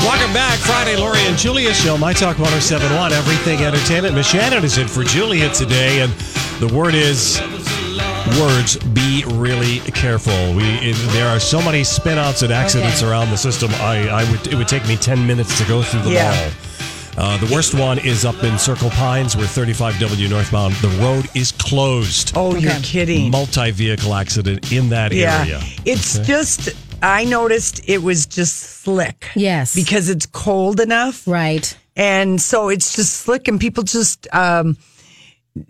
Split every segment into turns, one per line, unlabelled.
Welcome back, Friday, Lori and Julia show, My Talk 1071, Everything Entertainment. Miss Shannon is in for Julia today, and the word is words. Be really careful. We it, there are so many spinouts and accidents around the system. I, I would it would take me ten minutes to go through them
Yeah.
all. Uh, the worst one is up in Circle Pines, where 35W northbound. The road is closed.
Oh, you're kidding.
Multi vehicle accident in that
yeah.
area.
It's just, I noticed it was just slick.
Yes.
Because it's cold enough.
Right.
And so it's just slick and people just um,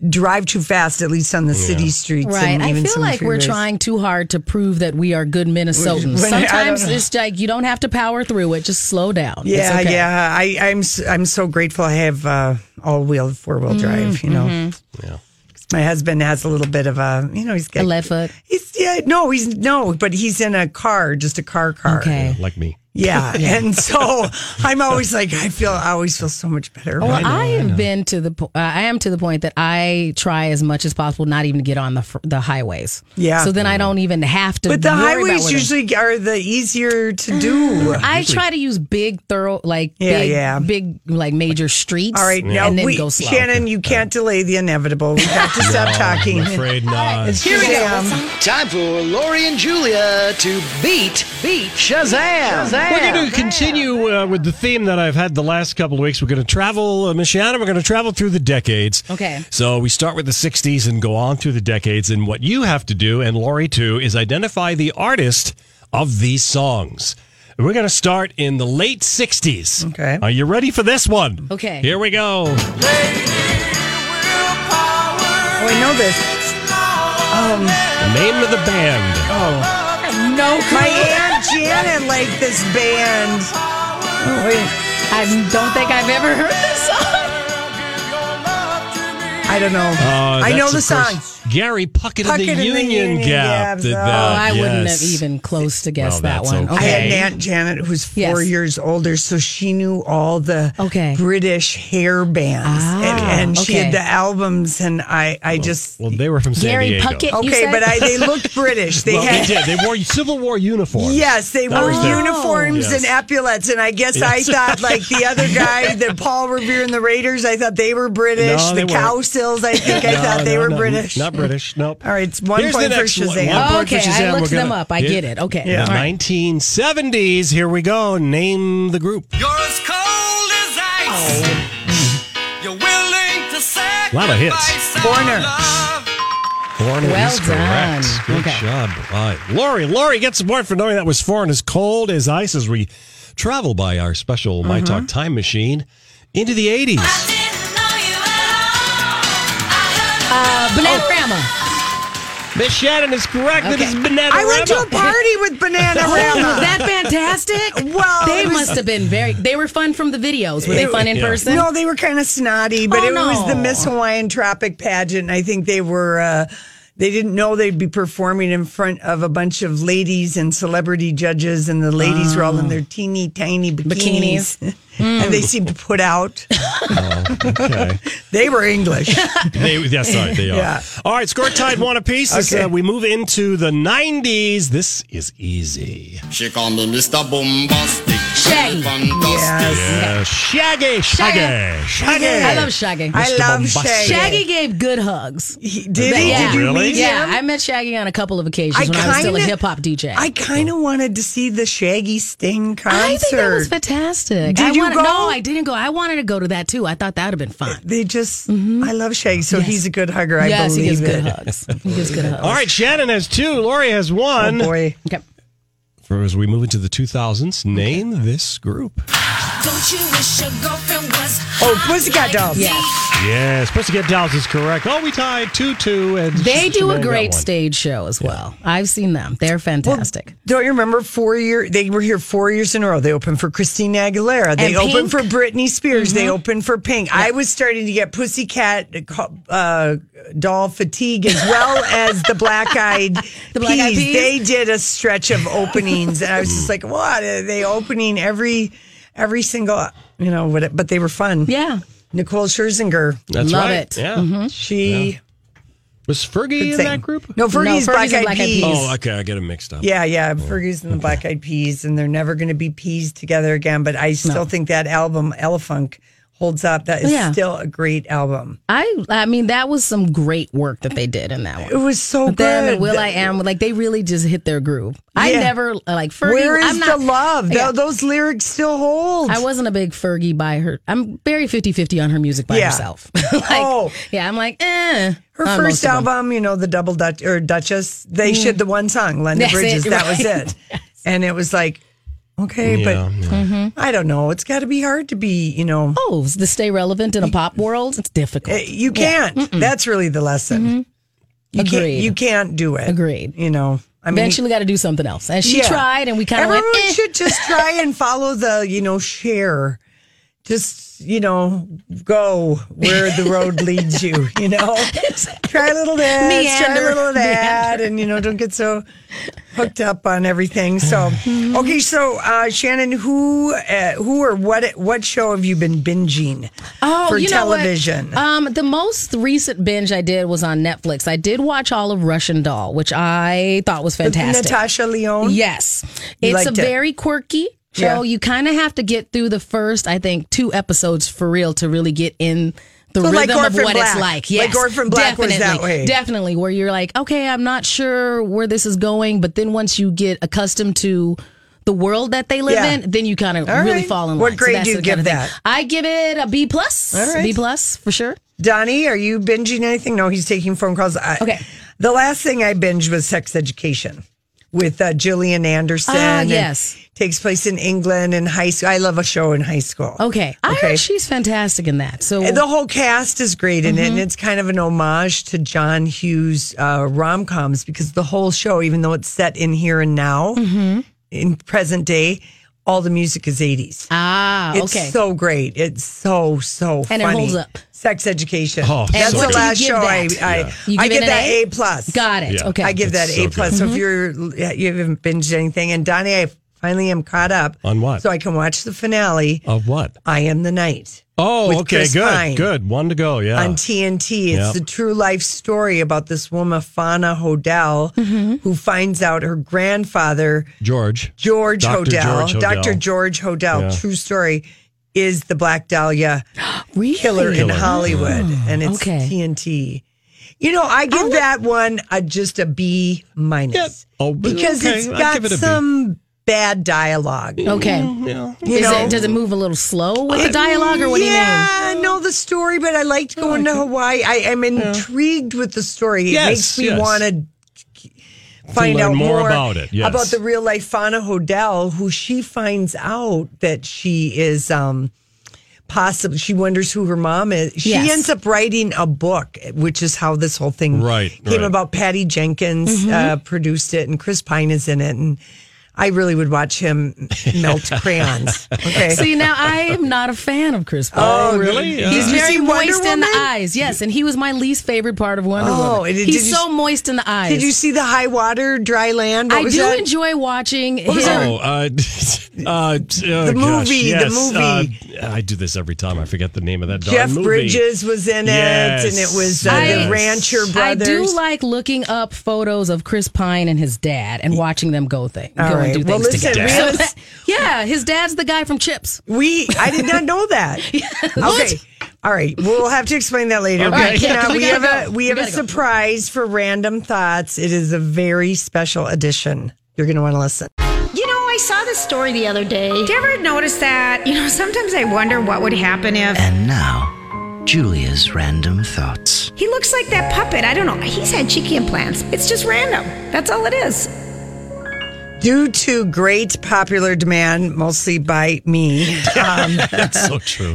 drive too fast, at least on the city streets.
Right.
And
I
even
feel
some
like we're
freeways.
trying too hard to prove that we are good Minnesotans.
When- I don't
Sometimes
know.
it's like you don't have to power through it. Just slow down. It's
Yeah,
okay.
yeah. I, I'm s- I'm so grateful I have uh, all wheel four
Mm-hmm.
wheel drive. You know,
Yeah.
my husband has a little bit of a you know he's
A
got
left foot.
he's yeah no he's no but he's in a car just a car car
Okay.
Like me.
yeah, and so I'm always like I feel I always feel so much better.
Well, I, have been to the. po- Uh, I am to the point that I try as much as possible not even to get on the fr- the highways.
Yeah.
So then I don't even have to.
but the
worry about
highways
whether- Mm-hmm.
usually are the easier to do.
I try to use big thorough, like
Yeah,
big,
yeah.
big, like major streets.
All right,
and
now
then
we,
go slow.
Shannon, you can't delay the inevitable. We have to stop talking.
I'm afraid not.
Here we go.
Time for Lori and Julia to beat, beat Shazam. Shazam.
We're going to continue uh, with the theme that I've had the last couple of weeks. We're going to travel, uh, Michiana, we're going to travel through the decades.
Okay.
So we start with the 60s and go on through the decades. And what you have to do, and Lori too, is identify the artist of these songs. We're going to start in the late 60s.
Okay.
Are you ready for this one?
Okay.
Here we go.
Oh, I know this.
The name of the band.
Oh,
No,
my
clue.
aunt Janet liked this band. Oh, wait,
I don't think I've ever heard this song.
I don't know.
Uh,
I
that's,
know the
of
song.
course, Gary Puckett, of
Puckett
the,
and the
Union
Union
Gap.
Gaps.
did
Oh,
Oh,
that.
I wouldn't
Uh,
have
Yes.
even close to
Well,
guess that
that's
one.
okay.
I had
Hey.
an aunt Janet who's four
Yes.
years older, so she knew all the
Okay.
British hair bands,
Ah,
and, and she
okay.
had the albums. And I, I just
Well, they were from San
Gary
Diego.
Puckett. You
okay,
said-
but I, they looked British. They
Well,
had
they did. They wore Civil War uniforms.
Yes, they
That
wore
was their-
uniforms
Yes.
and epaulets, and I guess I
Yes.
thought like the other guy, the Paul Revere and the Raiders, I thought they were British.
No, they
the cow
weren't.
sills, I think I
No,
thought they
no,
were
no,
British.
Not British. Nope.
All right, it's one
Here's
point
the
for
next one.
Shazam.
One point
Okay,
for
I
Shazam. We're
looked them
gonna-
up. I get it. Okay.
The
All right.
1970s. Here we go. Name the group.
You're as cold as ice. You're willing to sacrifice.
Oh. Lot of hits.
our
Corner.
love.
Foreigner
Well
is correct.
done.
Good
Okay.
job. All right. Lori. Lori gets the point for knowing that was foreign as cold as ice as we travel by our special My
Mm-hmm.
Talk time machine into the 80s.
Uh,
Oh,
Bananarama.
Miss Shannon is correct. It
Okay.
is Banana
I went to a party with Banana
Oh, was
Rama.
that fantastic?
Well,
they
it was-
must have been very. They were fun from the videos. Were they fun in
Yeah.
person?
No, they were kind of snotty, but
Oh,
it was the
no.
Miss Hawaiian Tropic pageant. and I think they were. Uh, they didn't know they'd be performing in front of a bunch of ladies and celebrity judges, and the ladies were all
Oh.
in their teeny tiny bikinis, and
Hmm.
they seemed to put out.
Oh, Okay.
They were English.
They, yeah, sorry, they are.
Yeah.
All right, score tied one apiece. As,
Okay.
uh, we move into the 90s. This is easy.
She called me Mr. Bombastic.
Shaggy.
Yes.
Yeah, Shaggy, Shaggy, Shaggy.
I love Shaggy.
I love Shaggy.
Shaggy gave good hugs.
He- Did he?
Yeah.
Did you
Really?
meet
Yeah,
him?
I met Shaggy on a couple of occasions when I was still a
kinda-
hip hop DJ.
I kind of wanted to see the Shaggy Sting concert.
I think that was fantastic.
Did
I
you
wanted,
go?
No, I didn't go. I wanted to go to that too. I thought that would have been fun.
They just, I love Shaggy, so he's a good hugger. I
Mm-hmm. yes, he
believe
gives good
it.
hugs. He gives good hugs.
All right, Shannon has two. Lori has
Oh
one.
boy,
Okay.
For as we move into the 2000s, name this group.
Don't you wish your girlfriend was
oh Pussycat Dolls.
Yeah, supposed to get Dallas is correct. Oh, we tied two two. And
They do
Shannon
a
got
great
one.
stage show as well. I've seen them. They're fantastic.
Don't you remember four year? They were here four years in a row. They opened for Christina Aguilera. They
And Pink.
opened
Mm-hmm.
for Britney Spears. They opened for Pink. I was starting to get Pussycat uh, co- uh, doll fatigue as well as the Black Eyed
The Black Eyed Peas.
They did a stretch of openings, and I was just like, "What are they opening every every single?" You know, what- but they were fun.
yeah.
Nicole Scherzinger.
That's
Love
right.
it. Mm-hmm.
Yeah.
She
Was Fergie in
Same.
that group?
No, Fergie's,
No,
Black,
Fergie's
Eyed
and Black Eyed
Peas.
Peas.
Oh, okay. I get them mixed up.
Yeah, yeah.
Mm.
Fergie's and the Black Eyed Peas, and they're never going to be peas together again. But I still think that album, Elefunk, holds up. That is
Oh, Yeah.
still a great album.
I I mean that was some great work that they did in that
It
one.
was so
Them
good.
and Will I Am, like they really just hit their groove. I
Yeah.
never like Fergie.
Where is
I'm not,
the love? Th-
Yeah.
those lyrics still hold.
I wasn't a big Fergie by her. I'm very 50-50 on her music by
Yeah.
herself. like,
Oh.
yeah, I'm like, eh.
Her
on most
first
of them. Mm.
album, you know, the Double Dutch or Duchess. They should the one song, Linda
That's it,
Bridges. That was
right.
it, and it was like, okay,
Yeah,
but I don't know. It's got to be hard to be, you know.
Oh, to stay relevant in a pop world, it's difficult.
Eh, You can't. That's really the lesson. You can't.
Mm-hmm. Agreed.
You can't do it.
Agreed.
You know. I mean,
Eventually, got to do something else. And she
yeah.
tried, and we kind of went.
everyone
eh.
should just try and follow the you know share. Just you know, go where the road leads you. You know, try a little this, try a
Meander,
little of that, and you know, don't get so hooked up on everything. So,
Mm-hmm.
okay, so uh, Shannon, who, uh, who, or what, what show have you been binging
Oh,
for
what?
television?
Um, the most recent binge I did was on Netflix. I did watch all of Russian Doll, which I thought was
With
fantastic.
Natasha Leone.
Yes.
You
It's a
liked it.
very quirky show.
Yeah.
You kind of have to get through the first, I think, two episodes for real to really get in the
So like
rhythm of
Orphan
what
Black.
it's like.
Like
Yes.
Orphan Black was
definitely,
that way.
Definitely, where you're like, okay, I'm not sure where this is going. But then once you get accustomed to the world that they live
Yeah.
in, then you kind of
All
really
right.
fall in love.
What grade do you give that?
I give it a B plus.
All right.
B plus for sure.
Donnie, are you binging anything? No, he's taking phone calls. I,
Okay.
The last thing I binged was Sex Education with uh, Gillian Anderson.
Ah,
and
yes.
Takes place in England in high school. I love a show in high school.
Okay. I
Okay.
heard she's fantastic in that. So
And the whole cast is great in it,
Mm-hmm.
and it's kind of an homage to John Hughes uh, rom coms because the whole show, even though it's set in here and now,
Mm-hmm.
in present day, all the music is 80s.
ah,
It's
okay.
so great. It's so so
And it
funny.
holds up.
Sex education.
Oh, And
that's
so
the
good.
last
You
show
give
I
that.
I,
Yeah. You
I
give it
give
an
that
A?
A plus.
Got it. Mm-hmm.
Yeah.
Okay.
I give that
It's
A
so
plus. So if you're yeah, you haven't binged anything, and Donnie, I finally am caught up
On what?
so I can watch the finale.
Of what?
I am the night.
Oh,
With
okay.
Chris
good.
Pine.
Good. One to go. Yeah.
on TNT.
Yep.
It's the true life story about this woman, Fana Hodell, who finds out her grandfather,
George.
George
Dr.
Hodell,
George Hodell.
Dr. George Hodell,
Yeah.
true story, is the Black Dahlia
Really?
killer, in
Killer.
Hollywood, and it's
okay.
TNT. You know, I give that one a, just a B minus
Yeah. Oh, but-
because
okay,
it's
I'll
got
give it a B.
some bad dialogue.
Okay.
Yeah.
You
Is
know, Uh,
it, does it move a little slow with the dialogue, or what
yeah, I know the story, but I liked
Oh,
going to Hawaii. I am intrigued with the story. It
Yes,
makes me
yes.
want to find
learn
out
more
more,
about it, yes.
About the real life Fauna Hodel, who she finds out that she is um possible she wonders who her mom is. She
Yes.
ends up writing a book, which is how this whole thing
Right,
came
right. Mm-hmm.
about. Patty Jenkins uh, produced it and Chris Pine is in it and I really would watch him melt crayons. Okay.
you mean? See, now I am not a fan of Chris Pine.
Oh, really? Yeah.
He's
Did you
very
see Wonder
moist in the
Woman?
eyes, yes, and he was my least favorite part of Wonder
Oh,
Woman.
and did
He's
you-
so moist in the eyes.
Did you see the high water, dry land? What
I
was
do
that?
enjoy watching
was
him.
that?
Oh, uh, Uh, t- oh,
The
gosh,
movie, the
yes.
movie.
Uh, I do this every time. I forget the name of that darn
Jeff
movie.
Bridges was in
Yes.
it, and it was uh,
I-
the Rancher
I
Brothers.
do like looking up photos of Chris Pine and his dad and watching them go thing go
right.
and do
Well,
things
listen,
together.
Rihanna's-
So that- yeah, his dad's the guy from Chips.
We, I did not know that. Okay. All right. We'll have to explain that later.
Okay.
We
All right,
yeah, 'cause
cannot-
we
we have
gotta
a
go.
we
We
have a
gotta go.
surprise for Random Thoughts. It is a very special edition. You're going to want to listen.
You know, I saw this story the other day. Did you ever notice that? You know, sometimes I wonder what would happen if
And now, Julia's random thoughts.
he looks like that puppet. I don't know. He's had cheeky implants. It's just random. That's all it is.
Due to great popular demand, mostly by me, um,
That's so true.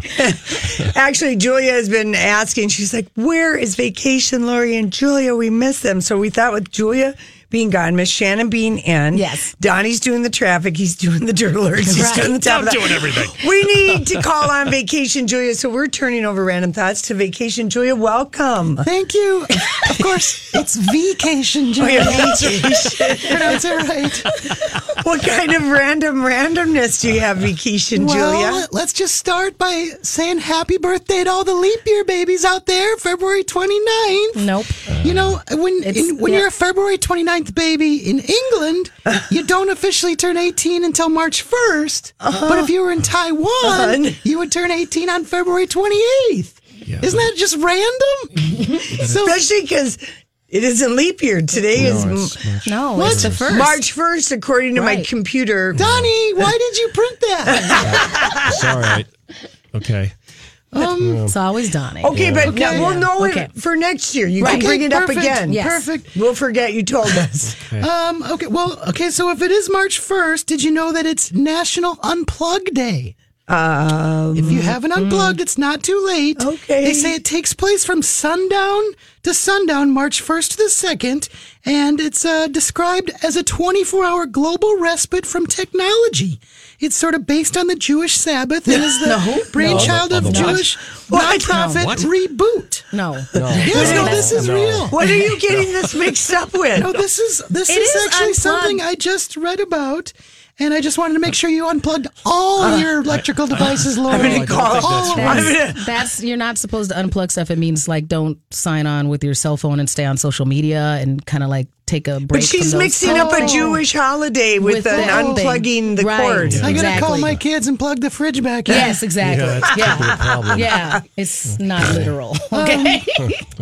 actually, Julia has been asking. She's like, "Where is vacation, Lori and Julia? We miss them." So we thought with Julia being gone, Miss Shannon being in,
Yes.
Donnie's doing the traffic. He's doing the dirt alerts. He's doing the top
I'm
of that.
doing everything.
We need to call on Vacation Julia. So we're turning over random thoughts to Vacation Julia. Welcome.
Thank you. Of course, it's vacation,
Oh,
Julia. Pronounce it right.
What kind of random randomness do you have, Vacation Julia?
Well, let's just start by saying happy birthday to all the leap year babies out there, February 29th.
Nope.
You know, when
It's-
in, when
yeah.
you're a February 29th baby in England, you don't officially turn 18 until March 1st.
Uh-huh.
But if you were in Taiwan,
Un.
you would turn 18 on February 28th. Isn't that just random? so
Especially because it isn't leap year. Today is m-
No, it's the first.
March 1st, according to my
Right.
computer.
Donnie, why did you print that?
It's all right. Okay.
Um, it's always Donnie.
Okay, but now we'll know
Okay.
it for next year. You
Right.
can bring
Okay,
it
perfect.
up again.
Yes.
Perfect.
We'll forget you told us.
Um, okay, well, okay, so if it is March 1st, did you know that it's National Unplug Day? Um, if you haven't unplugged, it's not too late.
Okay.
They say it takes place from sundown to sundown, March 1st to the 2nd, and it's uh, described as a 24 hour global respite from technology. It's sort of based on the Jewish Sabbath and is the brainchild
No.
of
What?
Jewish
What?
nonprofit
What?
Reboot.
No.
Yes, no, this is real.
What are you getting this mixed up with?
No, this is this
It
is
is
actually
unplugged.
something I just read about, and I just wanted to make sure you unplugged all your electrical devices, Laura.
gonna call-
All
I'm
right.
gonna-
That's, that's you're not supposed to unplug stuff. It means like don't sign on with your cell phone and stay on social media and kind of like take a break.
But
from
she's
those- Oh.
mixing up a Jewish holiday with,
With
an
that whole thing.
unplugging the
Right.
cord.
Yeah.
I gotta call
Exactly.
my kids and plug the fridge back in.
Yes, exactly.
Yeah,
Yeah,
that's gonna be a problem.
Yeah, it's not literal. Oh, Okay,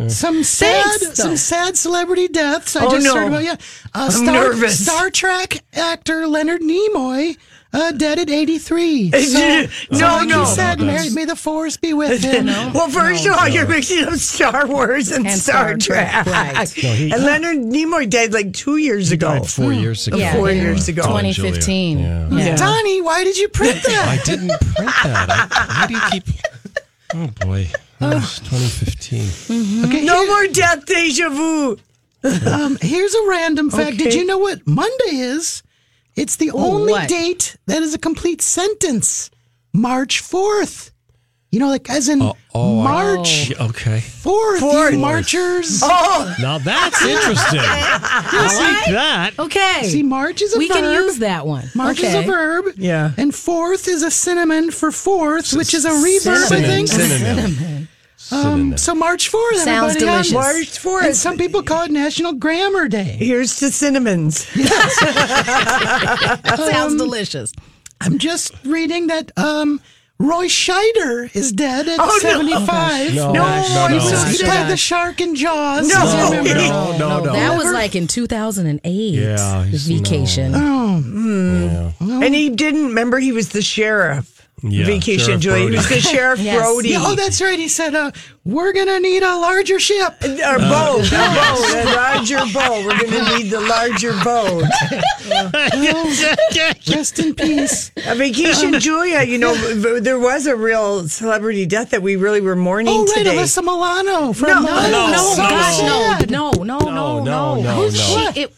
Some sad,
Thanks, though.
some sad celebrity deaths. I
Oh,
just
no.
heard about. Yeah, uh, Star,
nervous.
Star Trek actor Leonard Nimoy. Uh, dead at 83. So,
No,
like
no. Oh,
He said, Mary, may the force be with him.
Well, first of all, you're mixing up Star Wars and,
And
Star,
Star
Trek.
Trek, right.
he-
and Leonard Nimoy died like two years ago.
Died four years ago.
Yeah.
Four years ago.
Tom and Julia.
2015.
Yeah.
Yeah.
Donnie, why did you print that?
I didn't print that. I, why do you keep? Oh boy, That was 2015.
Okay,
No
here-
more death deja vu.
Um, here's a random fact. Did
Okay.
you know what Monday is? It's the only
what?
date that is a complete sentence. March 4th. You know, like as in
oh, I-
March
Okay,
4th,
Fourth.
you marchers.
Oh,
now that's interesting. I like that.
okay.
See, March is a
we
verb.
can use that one.
March is
okay.
a verb.
Yeah.
And 4th is a cinnamon for 4th, which is a reverb, I
Cinnamon.
think.
Synonym. Synonym.
Um, so March 4th,
Sounds
everybody.
delicious.
March
March 4th.
And some people call it National Grammar Day.
here's to cinnamons.
Sounds delicious.
I'm just reading that um, Roy Scheider is dead
Oh,
at 75.
Oh, No,
No,
no,
I'm so
no.
He
Shut
played
up.
the shark in Jaws.
No.
Does he remember?
no, no, no.
That was like in 2008.
Yeah, he's-
vacation.
And he didn't remember he was the sheriff.
Yeah, Sheriff
Vacation Julia. He was the
Brody.
sheriff
Yes.
Brody.
Yeah, oh, that's right. He said, uh, "We're gonna need a larger ship."
Or boat, boat, a larger boat. We're going to need the larger boat.
Oh, Rest in peace.
A vacation, Julia. You know, v- there was a real celebrity death that we really were mourning
Oh, right,
today.
Alyssa Milano from
No,
No,
No,
no,
no,
gosh, no,
sad.
no, no, no,
no, no,
Who's
no.
she? It,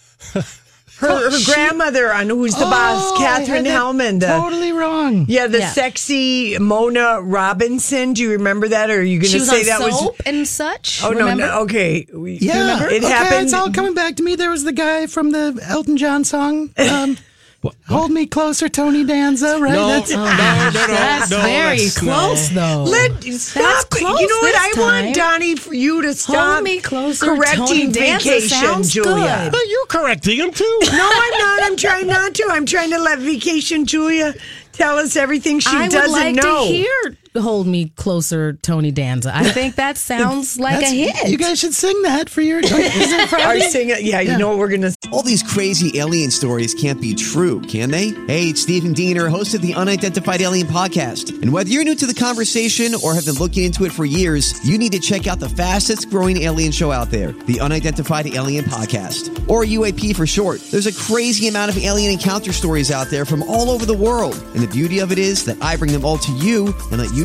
her, her grandmother on Who's the Boss,
Oh, I
Catherine
had that
Hellman. The,
Totally wrong.
Yeah, the
Yeah.
sexy Mona Robinson. Do you remember that? Or are you going
she
to
was
say
on
that was?
soap and such.
Oh no,
remember?
no, okay. We-
Yeah,
it
okay,
happened.
It's all coming back to me. There was the guy from the Elton John song. Um,
What?
Hold me closer, Tony Danza. Right?
No, Uh-huh.
That's-
no, no, no,
That's
no,
very
that's- no.
close, though.
Let stop. it.
close
you know what? I
this time.
want Donnie for you to stop
me closer, Tony
correcting
Danza
vacation,
sounds
Julia.
good.
But you're correcting him too.
No, I'm not. I'm trying not to. I'm trying to let vacation Julia tell us everything she
I would
doesn't
like
know.
to hear "Hold Me Closer," Tony Danza. I think that sounds like a
that's-
hit.
You guys should sing that for your. Is it
Are
Friday?
you saying it? Yeah, you know what we're gonna.
All these crazy alien stories can't be true, can they? Hey, it's Stephen Diener, host of the Unidentified Alien Podcast. And whether you're new to the conversation or have been looking into it for years, you need to check out the fastest growing alien show out there, the Unidentified Alien Podcast, or UAP for short. There's a crazy amount of alien encounter stories out there from all over the world. And the beauty of it is that I bring them all to you and let you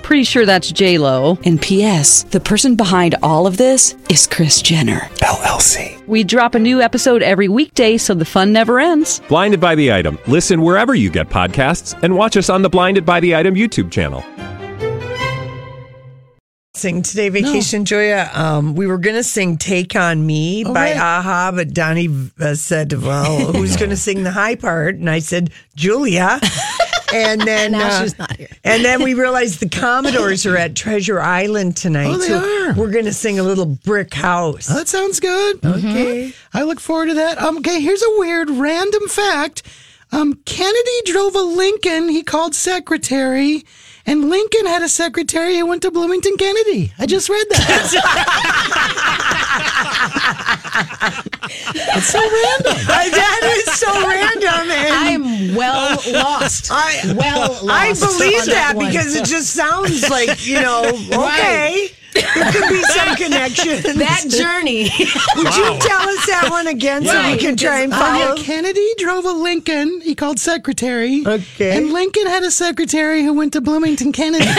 Pretty sure that's J Lo. And P.S. The person behind all of this is Chris Jenner.
LLC.
We drop a new episode every weekday, so the fun never ends.
Blinded by the item. Listen wherever you get podcasts, and watch us on the Blinded by the Item YouTube channel.
sing today vacation joya um we were gonna sing take on me
Oh,
by
right.
aha but donnie uh, said well who's gonna sing the high part and i said julia and then
Now
uh,
she's not here.
and then we realized the commodores are at treasure island tonight
Oh, they are.
we're gonna sing a little brick house
That sounds good.
Mm-hmm.
Okay. I look forward to that. Um, okay, here's a weird random fact. Um, Kennedy drove a Lincoln he called secretary, and Lincoln had a secretary who went to Bloomington Kennedy. I just read that. it's so random.
Uh, that is so random and
I'm well lost.
I-
well lost.
I believe
on
that,
one.
because it just sounds like, you know, okay. There could be some connection.
that journey.
Would you tell us that one again so we can try and
Uh,
follow?
Kennedy drove a Lincoln he called secretary.
Okay.
And Lincoln had a secretary who went to Bloomington Kennedy. it's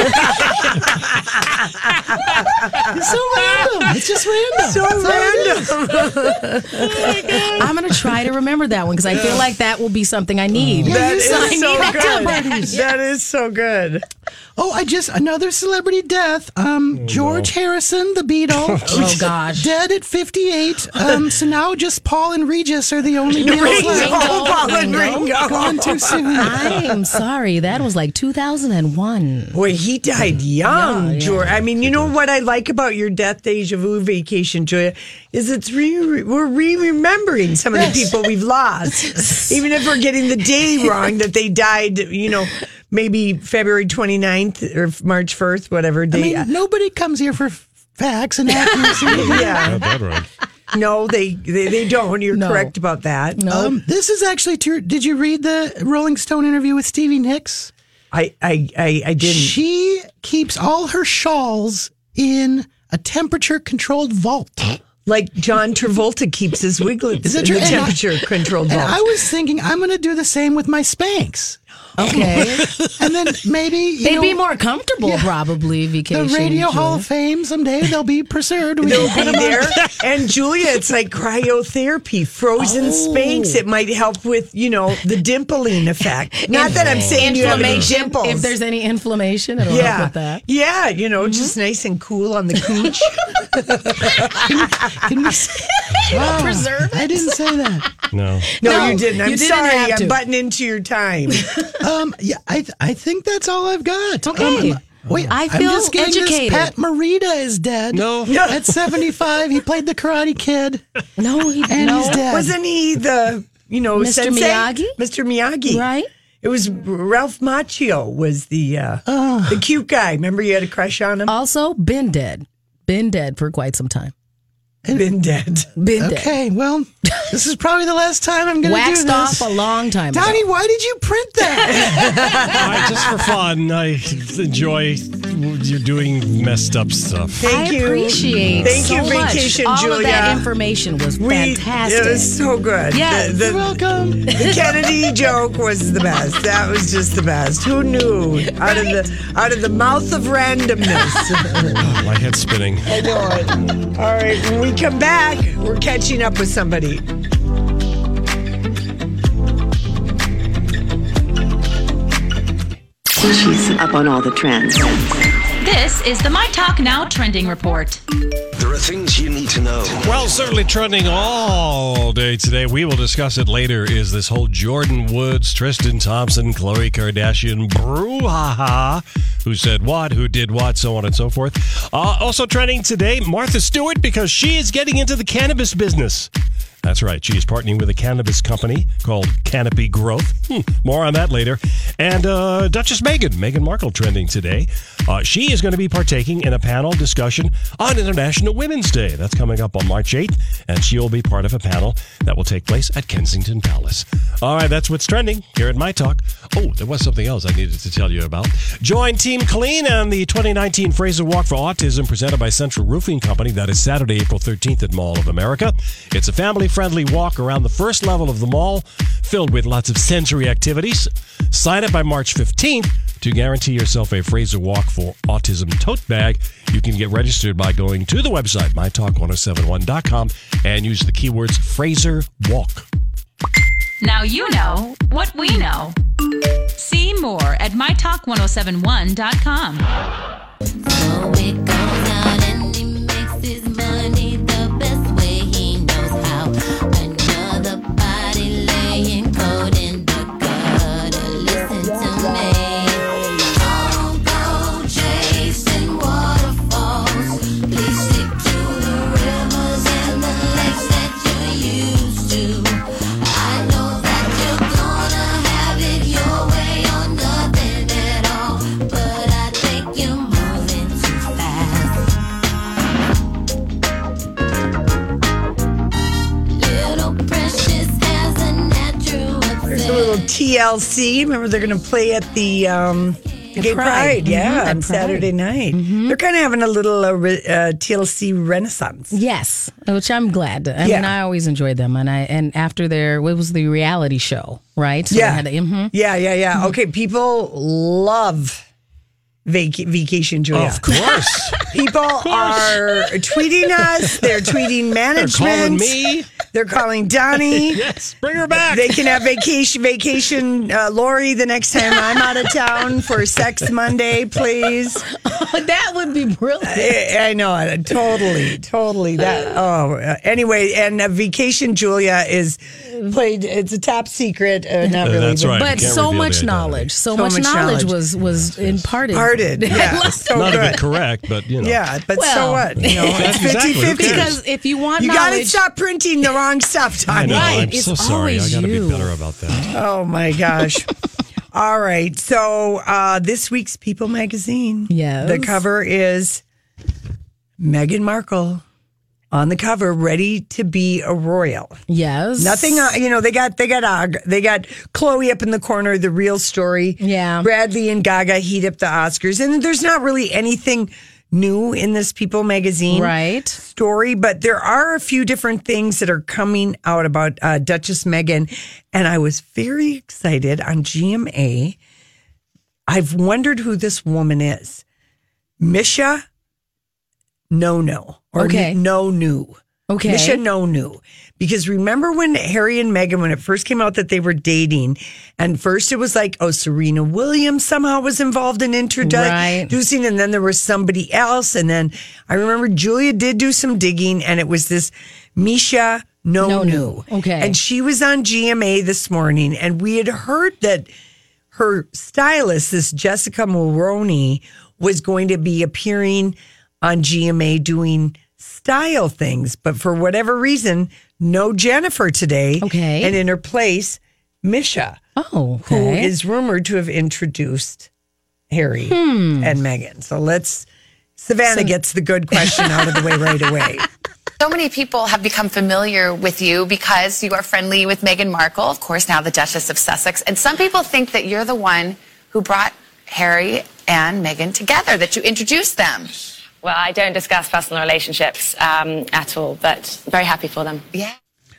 so random. It's just random.
So
That's all it is.
random.
I'm gonna try to remember that one because I feel like that will be something I need.
That
So I need
is so
to do that.
good. That is so good.
Oh, I just another celebrity death. Um, George Harrison, the Beatle.
Oh, gosh.
dead at fifty-eight. Um, so now just Paul and Regis are the only Beatles
Ringo,
left.
Paul and Ringo.
Gone too soon.
I am sorry. That was like 2001.
Boy, he died young, George. I mean, you know what I like about your death deja vu vacation, Julia, is it's re- we're re-remembering some of the people we've lost, even if we're getting the day wrong that they died. You know, maybe February 29th or March 1st, whatever
I
day.
mean, nobody comes here for f- facts and accuracy.
yeah,
Not that right.
no, they they, they don't. You're correct about that.
Um, this is actually true. Did you read the Rolling Stone interview with Stevie Nicks?
I I I, I didn't.
She keeps all her shawls in a temperature-controlled vault.
Like John Travolta keeps his wiglets
Is that
in
true?
the
And I-
temperature controlled
And
vault.
I was thinking I'm going to do the same with my Spanx.
Okay.
and then maybe you
They'd
know,
be more comfortable, probably,
the
vacation.
Radio Hall of
Julia.
Fame someday. They'll be preserved. We
They'll
can
be
put 'em on-
there. And Julia, it's like cryotherapy, frozen
Oh.
Spanx. It might help with, you know, the dimpling effect. Not that I'm saying you have any
Inflammation.
dimples.
If there's any inflammation, it'll help
yeah.
with that. Mm-hmm.
Yeah, you know, just nice and cool on the cooch.
Can we say- Wow, I didn't say that.
No.
No,
No,
you didn't. I'm
you didn't
sorry.
have
I'm
to.
butting into your time.
Um, yeah, I th- I think that's all I've got.
Okay.
Um, wait,
I
am
feel
just getting
educated.
This. Pat Morita is dead.
No.
at 75, he played the Karate Kid,
No, he
and he's dead.
Wasn't he the, you know,
Mr.
sensei?
Miyagi?
Mr. Miyagi.
Right?
It was Ralph Macchio was the uh, the cute guy. Remember you had a crush on him?
Also, been dead. Been dead for quite some time.
Been dead.
Been dead.
okay, well, this is probably the last time I'm going to do
Waxed off
this.
a long time ago.
Donnie, why did you print that?
I, just for fun, I enjoy You're doing messed up stuff.
I appreciate
Thank
so
you,
much.
Vacation
All of
Julia.
that information was fantastic.
It was so good.
Yeah,
The- the-
you're welcome.
The Kennedy joke was the best. That was just the best. Who knew? Out of the out of the mouth of randomness.
Oh, My head's spinning.
I know it. All right, when we come back, we're catching up with somebody.
She's up on all the trends.
This is the My Talk Now Trending Report.
There are things you need to know.
Well, certainly trending all day today. We will discuss it later. Is this whole Jordan Woods, Tristan Thompson, Khloe Kardashian brouhaha? Who said what? Who did what? So on and so forth. Uh, also trending today, Martha Stewart because she is getting into the cannabis business. That's right. She is partnering with a cannabis company called Canopy Growth. Hmm, more on that later. And uh, Duchess Meghan, Meghan Markle trending today. Uh, she is going to be partaking in a panel discussion on International Women's Day. That's coming up on March 8th. And she will be part of a panel that will take place at Kensington Palace. All right, that's what's trending here at My Talk. Oh, there was something else I needed to tell you about. Join Team Clean and the 2019 Fraser Walk for Autism presented by Central Roofing Company. That is Saturday, April 13th at Mall of America. It's a family friendly walk around the first level of the mall filled with lots of sensory activities. Sign up by March 15th to guarantee yourself a Fraser Walk for Autism tote bag. You can get registered by going to the website, mytalk1071.com, and use the keywords Fraser Walk.
Now you know what we know. See more at mytalk1071.com.
There's a little TLC. Remember, they're going to play at the. Um, the Gay Pride, Mm-hmm.
Pride.
yeah,
Mhm, at
on
Pride.
Saturday night. They're kind of having a little uh, re- uh, TLC renaissance.
Yes, which I'm glad. I mean,
Yeah.
I always enjoyed them, and I and after their what was the reality show, right? So they
yeah.
had the- mhm.
yeah, yeah, yeah. Okay, people love vac- vacation
Oh,
Julia.
Of
course.
people are tweeting us. They're tweeting management.
calling me.
They're calling Donnie.
Yes, bring her back.
They can have vacation, vacation, uh, Lori. The next time I'm out of town for Sex Monday, please.
that would be brilliant.
I, I know it totally, totally. That oh, uh, anyway, and uh, Vacation Julia is played. It's a top secret. Uh, not
Uh,
really,
that's right,
but
But you can't so reveal the much identity. knowledge, so much knowledge was- was imparted.
Imparted, yeah.
Not
so
Not
good.
even correct, but you know.
Yeah, but so
Well,
what? You know, it's
That's exactly
50
what it
50.
is.
Because if you want
you gotta
knowledge-
stop printing the wrong stuff,
I
Tanya.
know. I'm so sorry. I got to be better about that.
Oh my gosh. All right. So uh, this week's People magazine.
Yes.
The cover is Meghan Markle on the cover, ready to be a royal.
Yes.
Nothing, uh, you know. They got they got Og, they got Chloe up in the corner. The real story.
Yeah.
Bradley and Gaga heat up the Oscars, and there's not really anything new in this People magazine
Right.
story, but there are a few different things that are coming out about uh, Duchess Meghan, and I was very excited on GMA. I've wondered who this woman is, Misha No No or
Okay.
No New.
Okay.
Misha No New. Because remember when Harry and Meghan, when it first came out that they were dating, and first it was like, oh, Serena Williams somehow was involved in
Right.
introducing, and then there was somebody else. And then I remember Julia did do some digging, and it was this Misha No
No
New.
New. Okay.
And she was on GMA this morning, and we had heard that her stylist, this Jessica Mulroney, was going to be appearing on GMA doing style things. But for whatever reason, no Jennifer today.
Okay.
And in her place, Misha,
Oh,
who
okay.
is rumored to have introduced Harry
Hmm.
and Meghan. So let's, Savannah gets the good question out of the way right away.
So many people have become familiar with you because you are friendly with Meghan Markle, of course, now the Duchess of Sussex. And some people think that you're the one who brought Harry and Meghan together, that you introduced them.
Well, I don't discuss personal relationships um, at all, but very happy for them.
Yeah.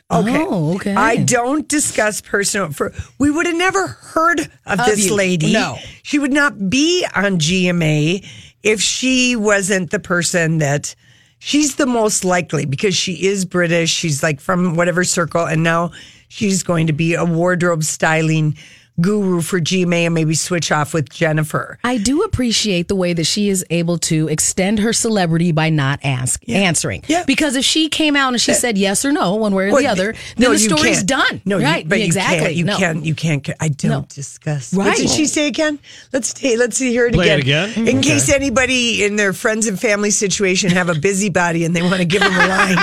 Okay. okay. I don't discuss personal for we would have never heard of,
Of
this
you.
lady.
No.
She would not be on GMA if she wasn't the person that she's the most likely because she is British. She's like from whatever circle and now she's going to be a wardrobe styling guru for GMA and maybe switch off with Jennifer.
I do appreciate the way that she is able to extend her celebrity by not ask answering. Because if she came out and she said yes or no, one way or
Well,
the other, then
no,
the
you
story's
can't.
done.
No, you-
right?
but you
exactly.
Can't, you
no.
can't. You can't. I don't discuss. What did
Right.
she say again? Let's ta- let's hear it
Play it
again.
again?
In
Okay.
case anybody in their friends and family situation have a busybody and they want to give them a line.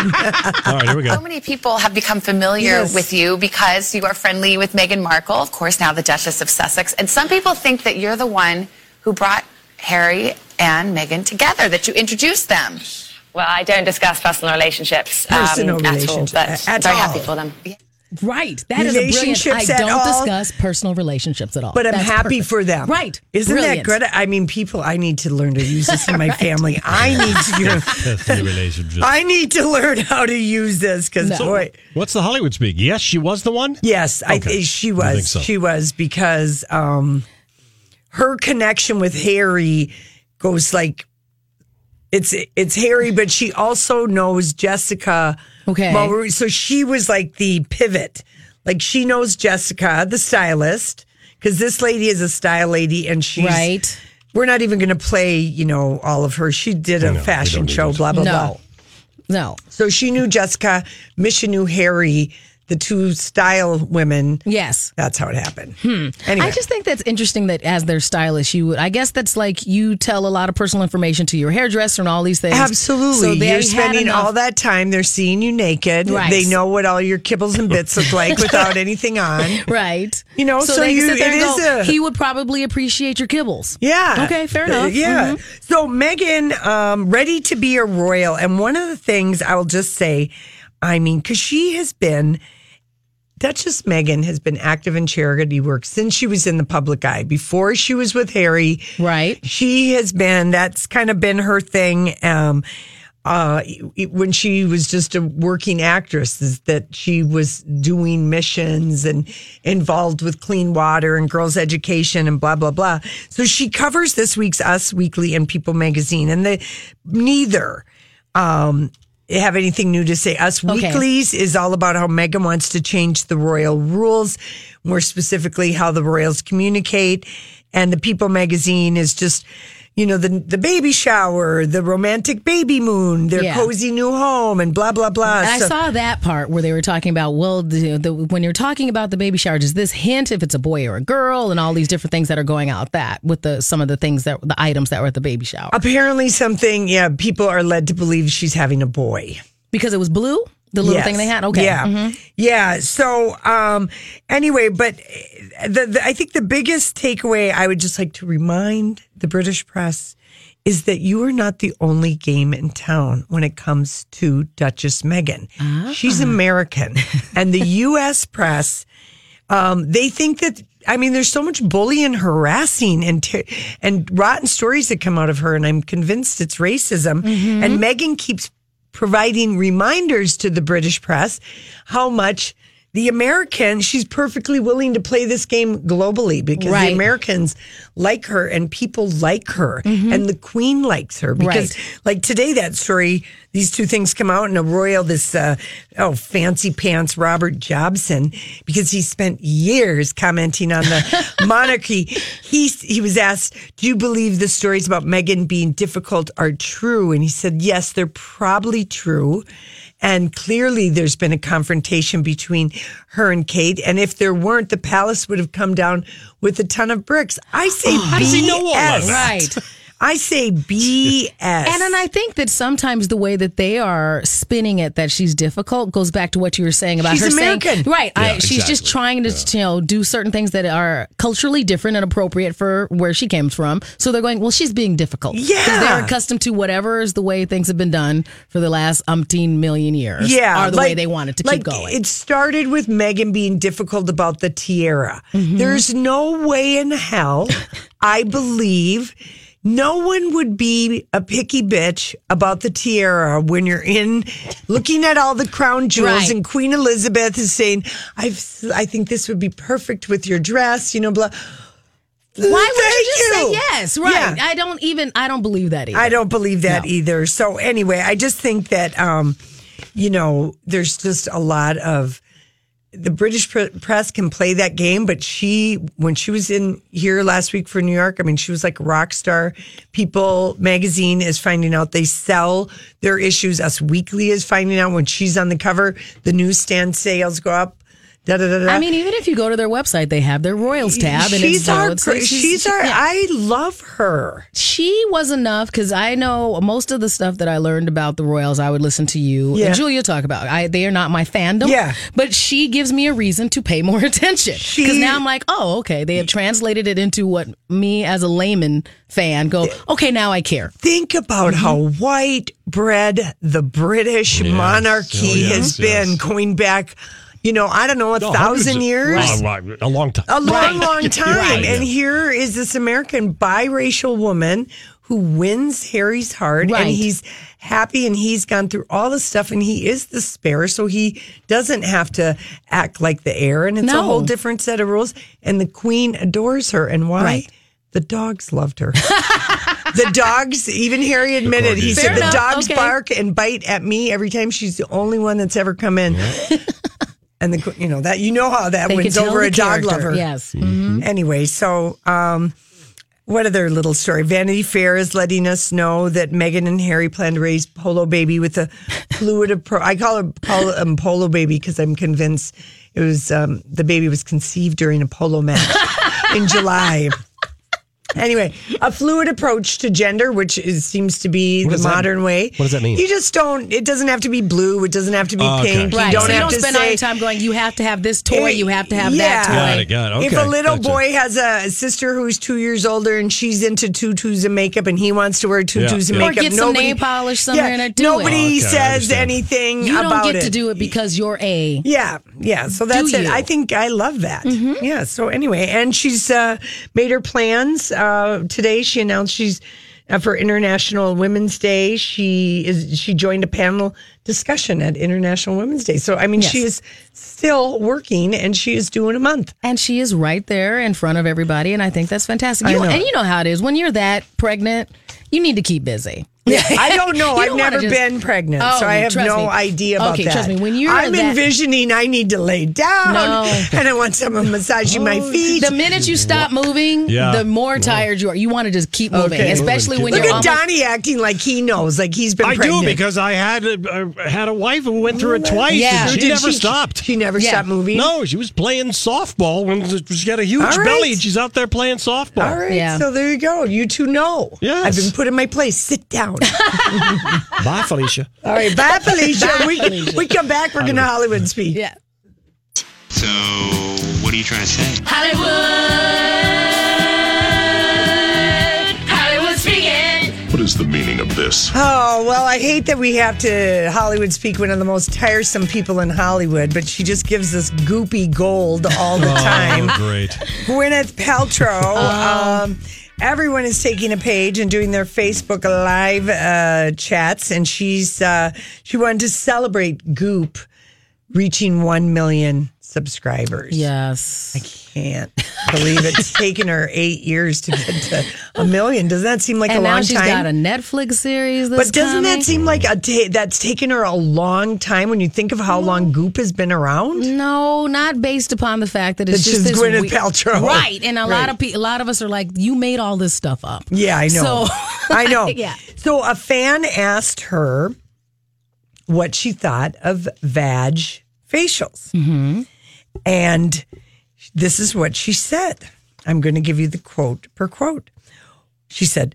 All right, here we
So
go.
many people have become familiar
Yes.
with you because you are friendly with Meghan Markle, of course, now the Duchess of Sussex. And some people think that you're the one who brought Harry and Meghan together, that you introduced them.
Well, I don't discuss personal relationships um,
Personal
at all,
relationship-
but
at
very
all.
happy for them.
Right. That is a brilliant. I
Relationships at
don't
all.
discuss personal relationships at all.
But I'm
That's
happy
perfect.
for them.
Right.
Isn't
Brilliant.
that good? I mean, people, I need to learn to use this in my family. I need to.
relationship.
I need to learn how to use this because boy,
What's the Hollywood speak? Yes, she was the one.
Yes, I
Okay.
think she
You
was.
think so.
She was because um, her connection with Harry goes like it's it's Harry, but she also knows Jessica.
Okay.
Mulrooney. so she was like the pivot. Like she knows Jessica, the stylist, because this lady is a style lady, and she's
Right.
We're not even going to play, you know, all of her. She did a
No, we don't
fashion
need
show,
to.
blah blah
No.
blah.
No.
So she knew Jessica, Misha knew Harry, the two style women.
Yes.
That's how it happened. Hmm. Anyway,
I just think that's interesting that as their stylist, you would. I guess that's like you tell a lot of personal information to your hairdresser and all these things.
absolutely.
they
You're
had
spending
enough-
all that time. They're seeing you naked.
Right.
They know what all your kibbles and bits look like without anything on.
Right.
You know, so,
they can
you
sit
it
there and
is
go,
a
he would probably appreciate your kibbles.
yeah.
Okay, fair
Uh,
enough. Mm-hmm.
Yeah. So Megan, um, ready to be a royal, and one of the things I will just say, I mean, because she has been. Duchess Megan has been active in charity work since she was in the public eye. Before she was with Harry,
Right.
she has been that's kind of been her thing um uh when she was just a working actress is that she was doing missions and involved with clean water and girls education and blah blah blah so she covers this week's us weekly and people magazine and the neither um have anything new to say. Us
Okay.
Weeklies is all about how Megan wants to change the royal rules, more specifically how the royals communicate. And the People magazine is just, you know, the the baby shower, the romantic baby moon, their
Yeah.
cozy new home, and blah blah blah.
And I
So-
saw that part where they were talking about, well, the, the, when you're talking about the baby shower, does this hint if it's a boy or a girl and all these different things that are going out that with the some of the things that the items that were at the baby shower
Uh, apparently something. Yeah, people are led to believe she's having a boy.
because it was blue, the little
Yes.
thing they had. Okay, Mm-hmm.
Yeah. Yeah. So, um, anyway, but the, the, I think the biggest takeaway I would just like to remind the British press is that you are not the only game in town when it comes to Duchess Meghan.
Ah.
She's American. and the U.S. press, um, they think that, I mean, there's so much bullying, harassing, and, ter- and rotten stories that come out of her. And I'm convinced it's racism. And Meghan keeps providing reminders to the British press how much the American, she's perfectly willing to play this game globally because
Right.
the Americans like her and people like her and the queen likes her because like today that story, these two things come out and a royal, this, uh, oh, fancy pants Robert Jobson, because he spent years commenting on the monarchy. He, he was asked, do you believe the stories about Meghan being difficult are true? And he said, yes, they're probably true. And clearly there's been a confrontation between her and Kate. And if there weren't, the palace would have come down with a ton of bricks. I say,
How does he know all of
BS.
that?
Right.
I say BS.
And then I think that sometimes the way that they are spinning it that she's difficult goes back to what you were saying about
She's
her saying-
American.
right. I,
Yeah,
she's just
exactly.
trying to you know do certain things that are culturally different and appropriate for where she came from. So they're going, well, she's being difficult.
Yeah.
they're accustomed to whatever is the way things have been done for the last umpteen million years.
yeah,
are the way
like-
they want it to
like,
keep going.
It started with Megan being difficult about the tiara.
Mm-hmm.
There's no way in hell, I believe, no one would be a picky bitch about the tiara when you're in looking at all the crown jewels
Right.
and Queen Elizabeth is saying, "I've, s- I think this would be perfect with your dress," you know, blah.
Why would you just
Thank
say
you.
yes? Right.
Yeah.
I don't even. I don't believe that either.
I don't believe that either. So anyway, I just think that um, you know, there's just a lot of the British pre- press can play that game, but she, when she was in here last week for New York, I mean, she was like a rock star. People magazine is finding out they sell their issues. Us Weekly is finding out when she's on the cover, the newsstand sales go up. Da, da, da, da.
I mean, even if you go to their website, they have their royals tab, and
she's
it's,
our,
so it's-
cra-
it's-
she's our.
yeah.
I love her.
she was enough because I know most of the stuff that I learned about the Royals. I would listen to you
Yeah.
and Julia talk about. I they are not my fandom.
Yeah.
but she gives me a reason to pay more attention because
She-
now I'm like, oh, okay, they have translated it into what me as a layman fan go. Okay, now I care.
think about how white bread the British monarchy
Oh, yes, yes.
has been going back, you know, I don't know, a
No, hundreds
thousand
of-
years.
A long, a long time.
A long,
Right.
long time.
Right.
And here is this American biracial woman who wins Harry's heart
Right.
and he's happy and he's gone through all this stuff and he is the spare, so he doesn't have to act like the heir. And it's a
No.
whole different set of rules. And the queen adores her. And why?
Right.
The dogs loved her. the dogs, even Harry admitted, he
Fair
said the
enough,
dogs
okay.
bark and bite at me every time. She's the only one that's ever come in. and the you know that you know how that
They could
wins
tell
over
the
a dog
character,
lover.
Yes.
Mm-hmm.
Anyway, so um, what other little story? Vanity Fair is letting us know that Meghan and Harry plan to raise Polo Baby with a fluid approach. I call him call him Polo Baby because I'm convinced it was um, the baby was conceived during a polo match in July. Anyway, a fluid approach to gender, which is, seems to be
What
the
does that-
modern way.
what does that mean?
You just don't. It doesn't have to be blue. It doesn't have to be
Oh, okay.
pink.
Right.
You don't
so you
have
don't
to
spend
say,
all your time going, you have to have this toy,
Eh,
you have to have that toy.
Got it, got it.
If
Okay,
a little
gotcha.
boy has a sister who's two years older and she's into tutus and makeup and he wants to wear tutus and
Or
makeup,
get some nail polish somewhere and I do it.
nobody
Okay, I
says
understand.
anything
You
about
don't get
it.
to do it because you're a.
Yeah, yeah. So that's it.
you? Mm-hmm.
I think I love that. Yeah. So anyway, and she's uh, made her plans. Uh, today, she announced she's uh, for International Women's Day. She is she joined a panel discussion at International Women's Day. So I mean,
Yes.
she is still working and she is doing a month.
And she is right there in front of everybody, and I think that's fantastic.
I
You,
know.
And you know how it is when you're that pregnant, you need to keep busy.
I don't know.
You
I've
don't
never
wanna just-
been pregnant, so
Oh,
I have
trust
no
me.
idea about
okay,
that.
trust me. When you're
I'm
that,
envisioning I need to lay down
No. Oh,
and I want someone massaging my feet.
the minute you stop moving,
Yeah.
the more tired you are. You want to just keep moving,
Okay.
especially when
Look
you're almost-
at Donnie acting like he knows, like he's been
I
pregnant.
do because I had a, I had a wife who went through it twice.
Yeah.
and she
Did
never
she-
stopped.
She never
Yeah.
stopped moving.
No, she was playing softball when she got a huge
All right.
belly. and She's out there playing softball.
All right,
Yeah.
so there you go. You two know.
Yes.
I've been put in my place. Sit down.
Bye, Felicia.
All right, bye, Felicia. we, we come back. We're going to Hollywood speak.
Yeah.
So, what are you trying to say?
Hollywood. Hollywood speaking.
What is the meaning of this?
Oh, well, I hate that we have to Hollywood speak one of the most tiresome people in Hollywood, but she just gives us goopy gold all the
Oh.
time.
great.
Gwyneth Paltrow. Um, everyone is taking a page and doing their Facebook live uh, chats, and she's uh, she wanted to celebrate Goop reaching one million subscribers.
Yes.
Can't believe it's taken her eight years to get to a million. Doesn't that seem like
and
a
now
long
she's
time?
got a Netflix series. That's
But
coming.
doesn't that seem like a ta- that's taken her a long time when you think of how
Mm.
long Goop has been around?
No, not based upon the fact that
That
Mm. it's
she's
just this
Gwyneth
we-
Paltrow.
right? And a lot
Right.
of pe- a lot of us are like, you made all this stuff up.
Yeah, I know.
So-
I know.
Yeah.
So a fan asked her what she thought of Vag facials,
Mm-hmm.
and this is what she said. I'm going to give you the quote per quote. She said,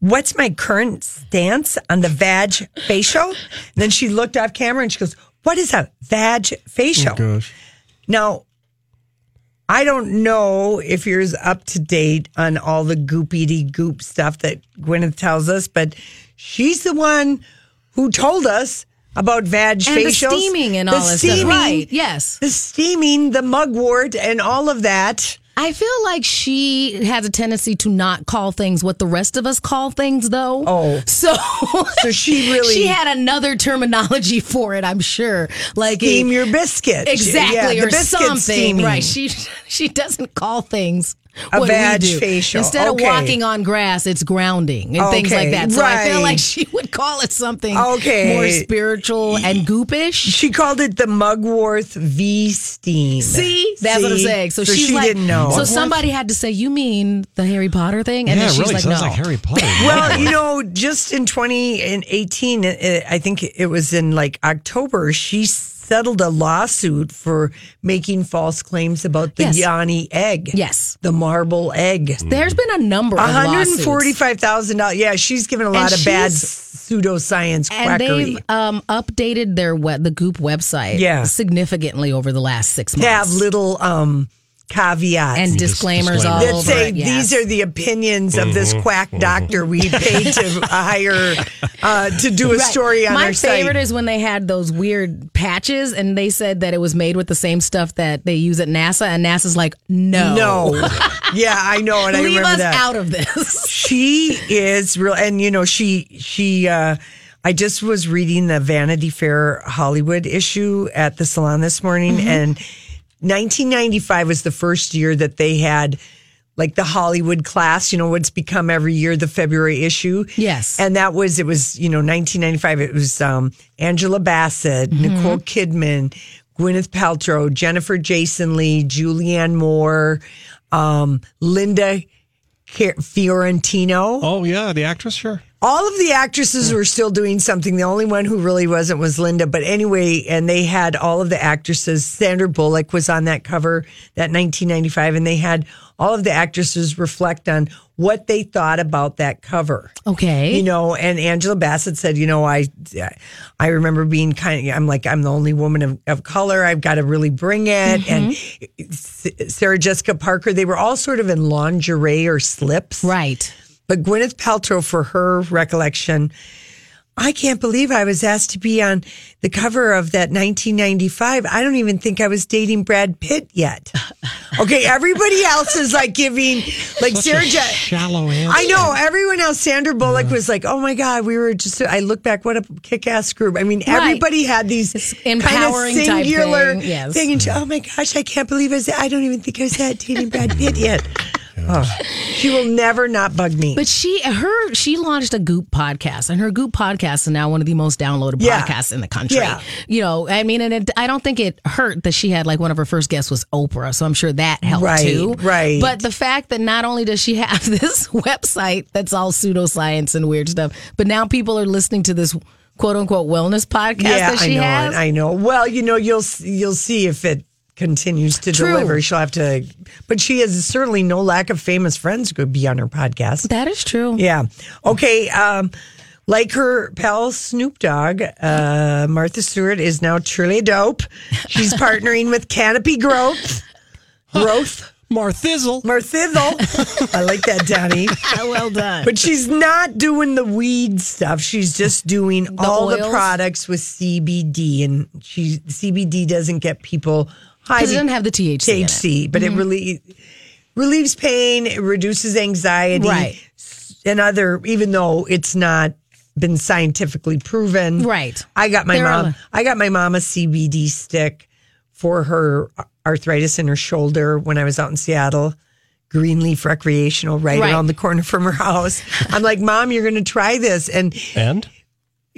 what's my current stance on the vag facial? And then she looked off camera and she goes, what is a vag facial?
Oh, gosh.
Now, I don't know if you're as up to date on all the goopity goop stuff that Gwyneth tells us, but she's the one who told us about vag
And the
facials,
steaming and
the
all that stuff. Right, Yes,
the steaming, the mugwort, and all of that.
I feel like she has a tendency to not call things what the rest of us call things, though.
Oh,
so
so she really
she had another terminology for it. I'm sure, like a-
Steam your biscuit. Yeah,
exactly
the
or
biscuit
something.
steaming.
Right? She she doesn't call things.
A
what we
vag
do.
facial.
Instead
Okay.
of walking on grass, it's grounding and things
Okay,
like that. So I feel
right.
like she would call it something
Okay.
more spiritual and goopish.
She called it the Mugworth V steam.
See, that's what I'm
See?
saying. So, she's
she
like,
didn't know.
So somebody had to say, "You mean the Harry Potter thing?" And
yeah,
then she's
really
like,
sounds
"No."
like Harry Potter.
well, you know, just in 2018, uh, I think it was in like October, she settled a lawsuit for making false claims about the
Yes.
Yanni egg.
Yes.
The marble egg.
There's been a number of lawsuits.
$145,000. Yeah, she's given a lot of bad
she's-
pseudoscience
and
quackery.
they've um, updated their web, the Goop website
Yeah.
significantly over the last six
They
months.
have little um, caveats.
and disclaimers all
that
over
say
it, yes.
these are the opinions of this
Mhm,
quack doctor we paid to hire uh, to do a
Right.
story on
My
our
favorite
site.
is when they had those weird patches and they said that it was made with the same stuff that they use at NASA, and NASA's like, no,
No. yeah, I know, and I
leave
remember
us
that.
out of this.
she is real and you know she she uh I just was reading the Vanity Fair Hollywood issue at the salon this morning and 1995 was the first year that they had like the Hollywood class, you know, what's become every year the February issue.
Yes.
And that was it was, you know, 1995 it was um Angela Bassett, Nicole Kidman, Gwyneth Paltrow, Jennifer Jason Lee, Julianne Moore, um Linda Ca- Fiorentino.
oh yeah, the actress, sure.
All of the actresses were still doing something. The only one who really wasn't was Linda. But anyway, and they had all of the actresses. Sandra Bullock was on that cover, that 1995, and they had all of the actresses reflect on what they thought about that cover.
Okay.
You know, and Angela Bassett said, you know, I, I remember being kind of, I'm like, I'm the only woman of, of color. I've got to really bring it. And S- Sarah Jessica Parker, they were all sort of in lingerie or slips.
right.
But Gwyneth Paltrow, for her recollection, I can't believe I was asked to be on the cover of that 1995. I don't even think I was dating Brad Pitt yet. Okay, everybody else is like giving, like
Such
Sarah.
a
Je-
shallow answer.
I know everyone else. Sandra Bullock was like, "Oh my God, we were just." I look back, what a kick-ass group. I mean,
Right.
everybody had these kind of
empowering type
singular
thing, yes.
thing. And she- oh my gosh, I can't believe I, was, I don't even think I was that dating Brad Pitt yet. Oh, she will never not bug me.
But she her she launched a Goop podcast, and her Goop podcast is now one of the most downloaded
Yeah.
podcasts in the country.
Yeah.
You know, I mean, and it, I don't think it hurt that she had like one of her first guests was Oprah, so I'm sure that helped
Right,
too.
right.
But the fact that not only does she have this website that's all pseudoscience and weird stuff, but now people are listening to this quote unquote wellness podcast that
I
she
know.
has.
I know. Well, you know, you'll s- you'll see if it continues to
True.
deliver. She'll have to, but she has certainly no lack of famous friends who could be on her podcast.
that is true.
Yeah. Okay. Um, like her pal Snoop Dogg, uh, Martha Stewart is now truly dope. She's partnering with Canopy Growth. Growth.
Marthizzle.
Marthizzle. I like that, Donnie.
well done.
But she's not doing the weed stuff. She's just doing all the
oils?
products with CBD, and she CBD doesn't get people high.
Because it doesn't have the THC. in it. Mm-hmm.
THC, but it really relieves pain, it reduces anxiety,
Right.
and other. Even though it's not been scientifically proven,
Right.
I got my
There are-
mom. I got my mom a CBD stick for her arthritis in her shoulder when I was out in Seattle. Greenleaf Recreational, right,
Right.
around the corner from her house. I'm like, Mom, you're going to try this, and
And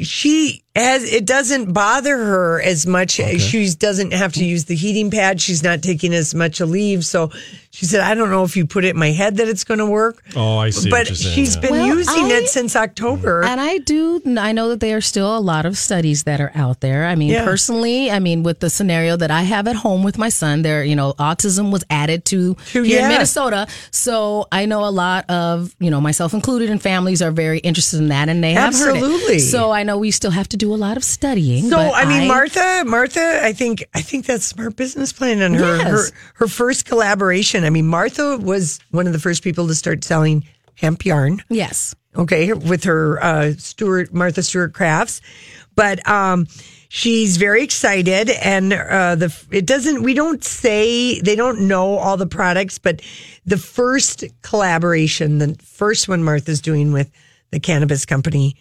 she It has it doesn't bother her as much. She doesn't have to use the heating pad. She's not taking as much a leave. So she said, I don't know if you put it in my head that it's going to work.
Oh, I see. what
But
you're saying,
she's
yeah.
been
Well,
using
I-
it since October.
And I do, I know that there are still a lot of studies that are out there. I mean,
Yeah.
personally, I mean, with the scenario that I have at home with my son, there, you know, autism was added to here
yeah.
in Minnesota. So I know a lot of, you know, myself included, and families are very interested in that, and they have heard it.
Absolutely.
So I know we still have to do a lot of studying.
So
but
I mean, Martha, Martha, I think I think that's smart business plan on her
Yes.
her her first collaboration. I mean, Martha was one of the first people to start selling hemp yarn.
Yes.
Okay, with her uh, Stuart Martha Stewart Crafts, but um, she's very excited, and uh, the it doesn't we don't say they don't know all the products, but the first collaboration, the first one Martha's doing with the cannabis company,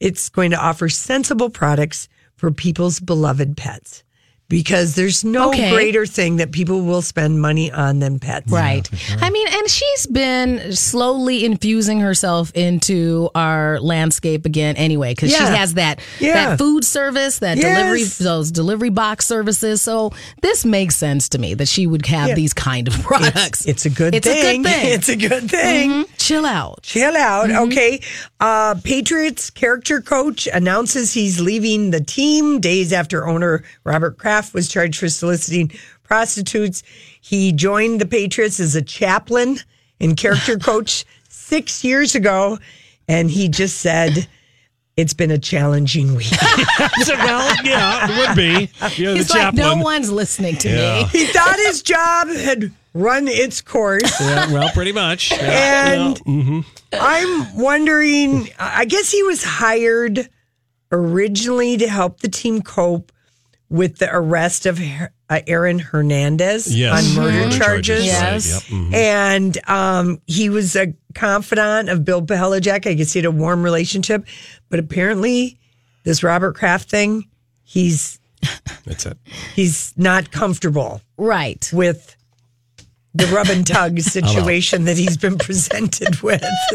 it's going to offer sensible products for people's beloved pets because there's no
Okay.
greater thing that people will spend money on than pets.
Right. I mean, and she's been slowly infusing herself into our landscape again anyway, because
Yeah.
she has that,
Yeah.
that food service, that delivery,
Yes.
those delivery box services. So this makes sense to me that she would have
Yeah.
these kind of products.
It's a good
It's a good
thing.
thing.
It's a good thing.
Mhm. Chill out.
Chill out. Okay. Uh, Patriots character coach announces he's leaving the team days after owner Robert Kraft was charged for soliciting prostitutes. He joined the Patriots as a chaplain and character coach six years ago. And he just said, It's been a challenging week.
well, yeah, it would be. You're
He's
the
like,
chaplain.
no one's listening to
Yeah.
me.
he thought his job had run its course.
Yeah, well, pretty much. Yeah,
And-
yeah, mhm.
I'm wondering, I guess he was hired originally to help the team cope with the arrest of Her- uh, Aaron Hernandez
Yes,
on murder
murder
charges.
charges, right, Yes. yep, mhm.
And um, he was a confidant of Bill Belichick. I guess he had a warm relationship, but apparently this Robert Kraft thing, he's
That's it.
he's not comfortable
Right.
with the rub and tug situation that he's been presented with.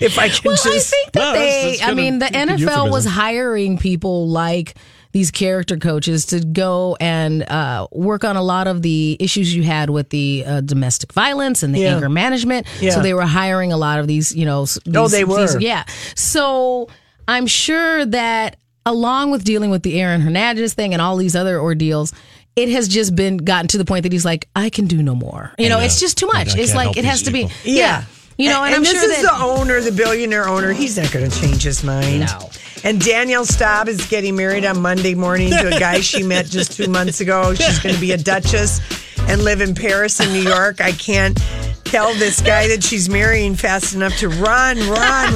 if I can
Well,
just,
I think that
No, that's-
they,
that's
I
good
mean, the NFL was
euphemism.
hiring people like these character coaches to go and uh, work on a lot of the issues you had with the uh, domestic violence and the
Yeah.
anger management.
Yeah.
So they were hiring a lot of these, you know. s- These,
Oh, they were.
these- yeah. So I'm sure that along with dealing with the Aaron Hernandez thing and all these other ordeals, it has just been gotten to the point that he's like, I can do no more. You know,
know.
it's just too
I
much.
can't
It's
help
like it
these
has to be.
people.
Yeah. You know, and,
and
I'm
this
sure
is
that
the owner, the billionaire owner. He's not going to change his mind. No. And Danielle Staub is getting married on Monday morning to a guy she met just two months ago. She's going to be a duchess and live in Paris and New York. I can't tell this guy that she's marrying fast enough to run, run,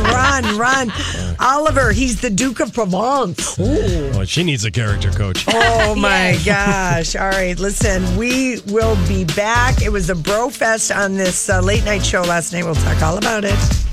run, run. Oliver, he's the Duke of Provence.
Oh, she needs a character coach.
Oh my gosh. All right, listen, we will be back. It was a bro fest on this uh, late night show last night. We'll talk all about it.